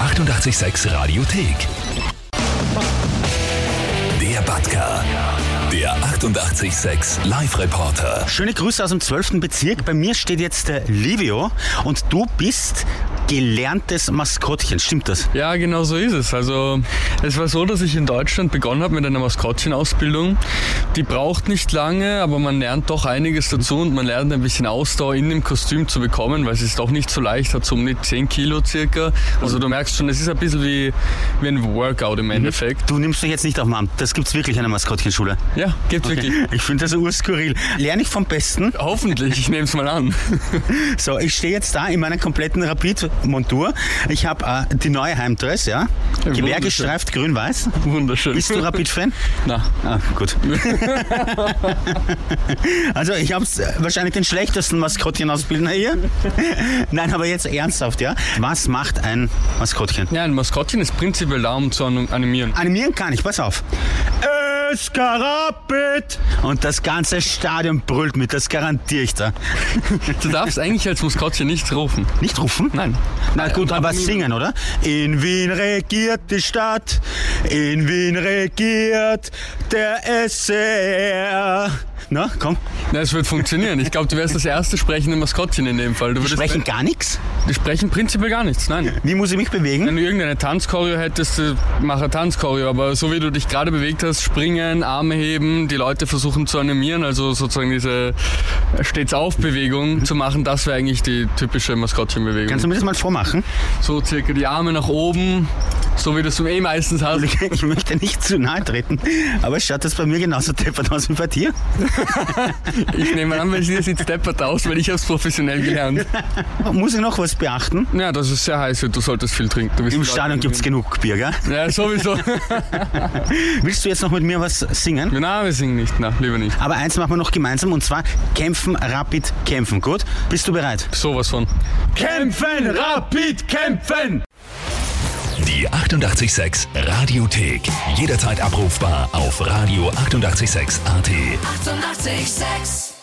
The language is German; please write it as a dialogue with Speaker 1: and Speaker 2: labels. Speaker 1: 886 Radiothek. Der Batka. Der 886 Live-Reporter.
Speaker 2: Schöne Grüße aus dem 12. Bezirk. Bei mir steht jetzt der Livio und du bist gelerntes Maskottchen. Stimmt das?
Speaker 3: Ja, genau so ist es. Also es war so, dass ich in Deutschland begonnen habe mit einer Maskottchenausbildung. Die braucht nicht lange, aber man lernt doch einiges dazu und man lernt ein bisschen Ausdauer in dem Kostüm zu bekommen, weil es ist doch nicht so leicht, hat so um die 10 Kilo circa. Also du merkst schon, es ist ein bisschen wie, wie ein Workout im Endeffekt.
Speaker 2: Du nimmst mich jetzt nicht auf den Arm. Das gibt's wirklich an der Maskottchenschule.
Speaker 3: Ja, gibt's wirklich.
Speaker 2: Ich finde das so urskurril. Lerne ich vom Besten.
Speaker 3: Hoffentlich, ich nehme es mal an.
Speaker 2: So, ich stehe jetzt da in meiner kompletten Rapid-Montur. Ich habe äh, die neue Heimdress, ja. Gewehr
Speaker 3: wunderschön.
Speaker 2: gestreift, grün-weiß.
Speaker 3: Wunderschön.
Speaker 2: Bist du Rapid-Fan?
Speaker 3: Na,
Speaker 2: Ah, gut. also ich habe wahrscheinlich den schlechtesten Maskottchenausbildner hier. Nein, aber jetzt ernsthaft, ja. Was macht ein Maskottchen?
Speaker 3: ja, ein Maskottchen ist prinzipiell da, um zu an- animieren.
Speaker 2: Animieren kann ich, pass auf. Eskarabit! Und das ganze Stadion brüllt mit, das garantiere ich da.
Speaker 3: Du darfst eigentlich als Maskottchen nichts rufen.
Speaker 2: Nicht rufen?
Speaker 3: Nein. Äh,
Speaker 2: Na gut, aber singen, oder? In Wien regiert die Stadt, in Wien regiert der SR. Na, komm.
Speaker 3: Na, es wird funktionieren. Ich glaube, du wärst das erste sprechende Maskottchen in dem Fall. Du würdest
Speaker 2: Sprechen gar nichts?
Speaker 3: Die sprechen prinzipiell gar nichts, nein.
Speaker 2: Wie muss ich mich bewegen?
Speaker 3: Wenn du irgendeine Tanzchoreo hättest, äh, mach eine Tanzchoreo. Aber so wie du dich gerade bewegt hast, springen, Arme heben, die Leute versuchen zu animieren, also sozusagen diese äh, stets auf
Speaker 2: Mhm.
Speaker 3: Bewegung zu machen, das wäre eigentlich die typische Maskottchenbewegung.
Speaker 2: Kannst du mir das mal vormachen?
Speaker 3: so circa die Arme nach oben, so wie du es eh meistens hast.
Speaker 2: Ich, ich möchte nicht zu nahe treten, aber es schaut jetzt bei mir genauso deppert aus wie bei dir.
Speaker 3: Ich nehme an, weil sie sieht deppert aus, weil ich habe es professionell gelernt.
Speaker 2: Muss ich noch was beachten?
Speaker 3: Ja, das ist sehr heiß wird, du solltest viel trinken. Du bist
Speaker 2: Im
Speaker 3: gerade-
Speaker 2: Stadion gibt es genug Bier, gell?
Speaker 3: Ja, sowieso.
Speaker 2: Willst du jetzt noch mit mir was singen?
Speaker 3: Nein, wir singen nicht, na, lieber nicht.
Speaker 2: Aber eins machen wir noch gemeinsam und zwar kämpfen, rapid kämpfen. Gut? Bist du bereit?
Speaker 3: Sowas von.
Speaker 2: Kämpfen, rapid kämpfen!
Speaker 1: Die 886 Radiothek. Jederzeit abrufbar auf radio886.at. 886! 886.
Speaker 4: 886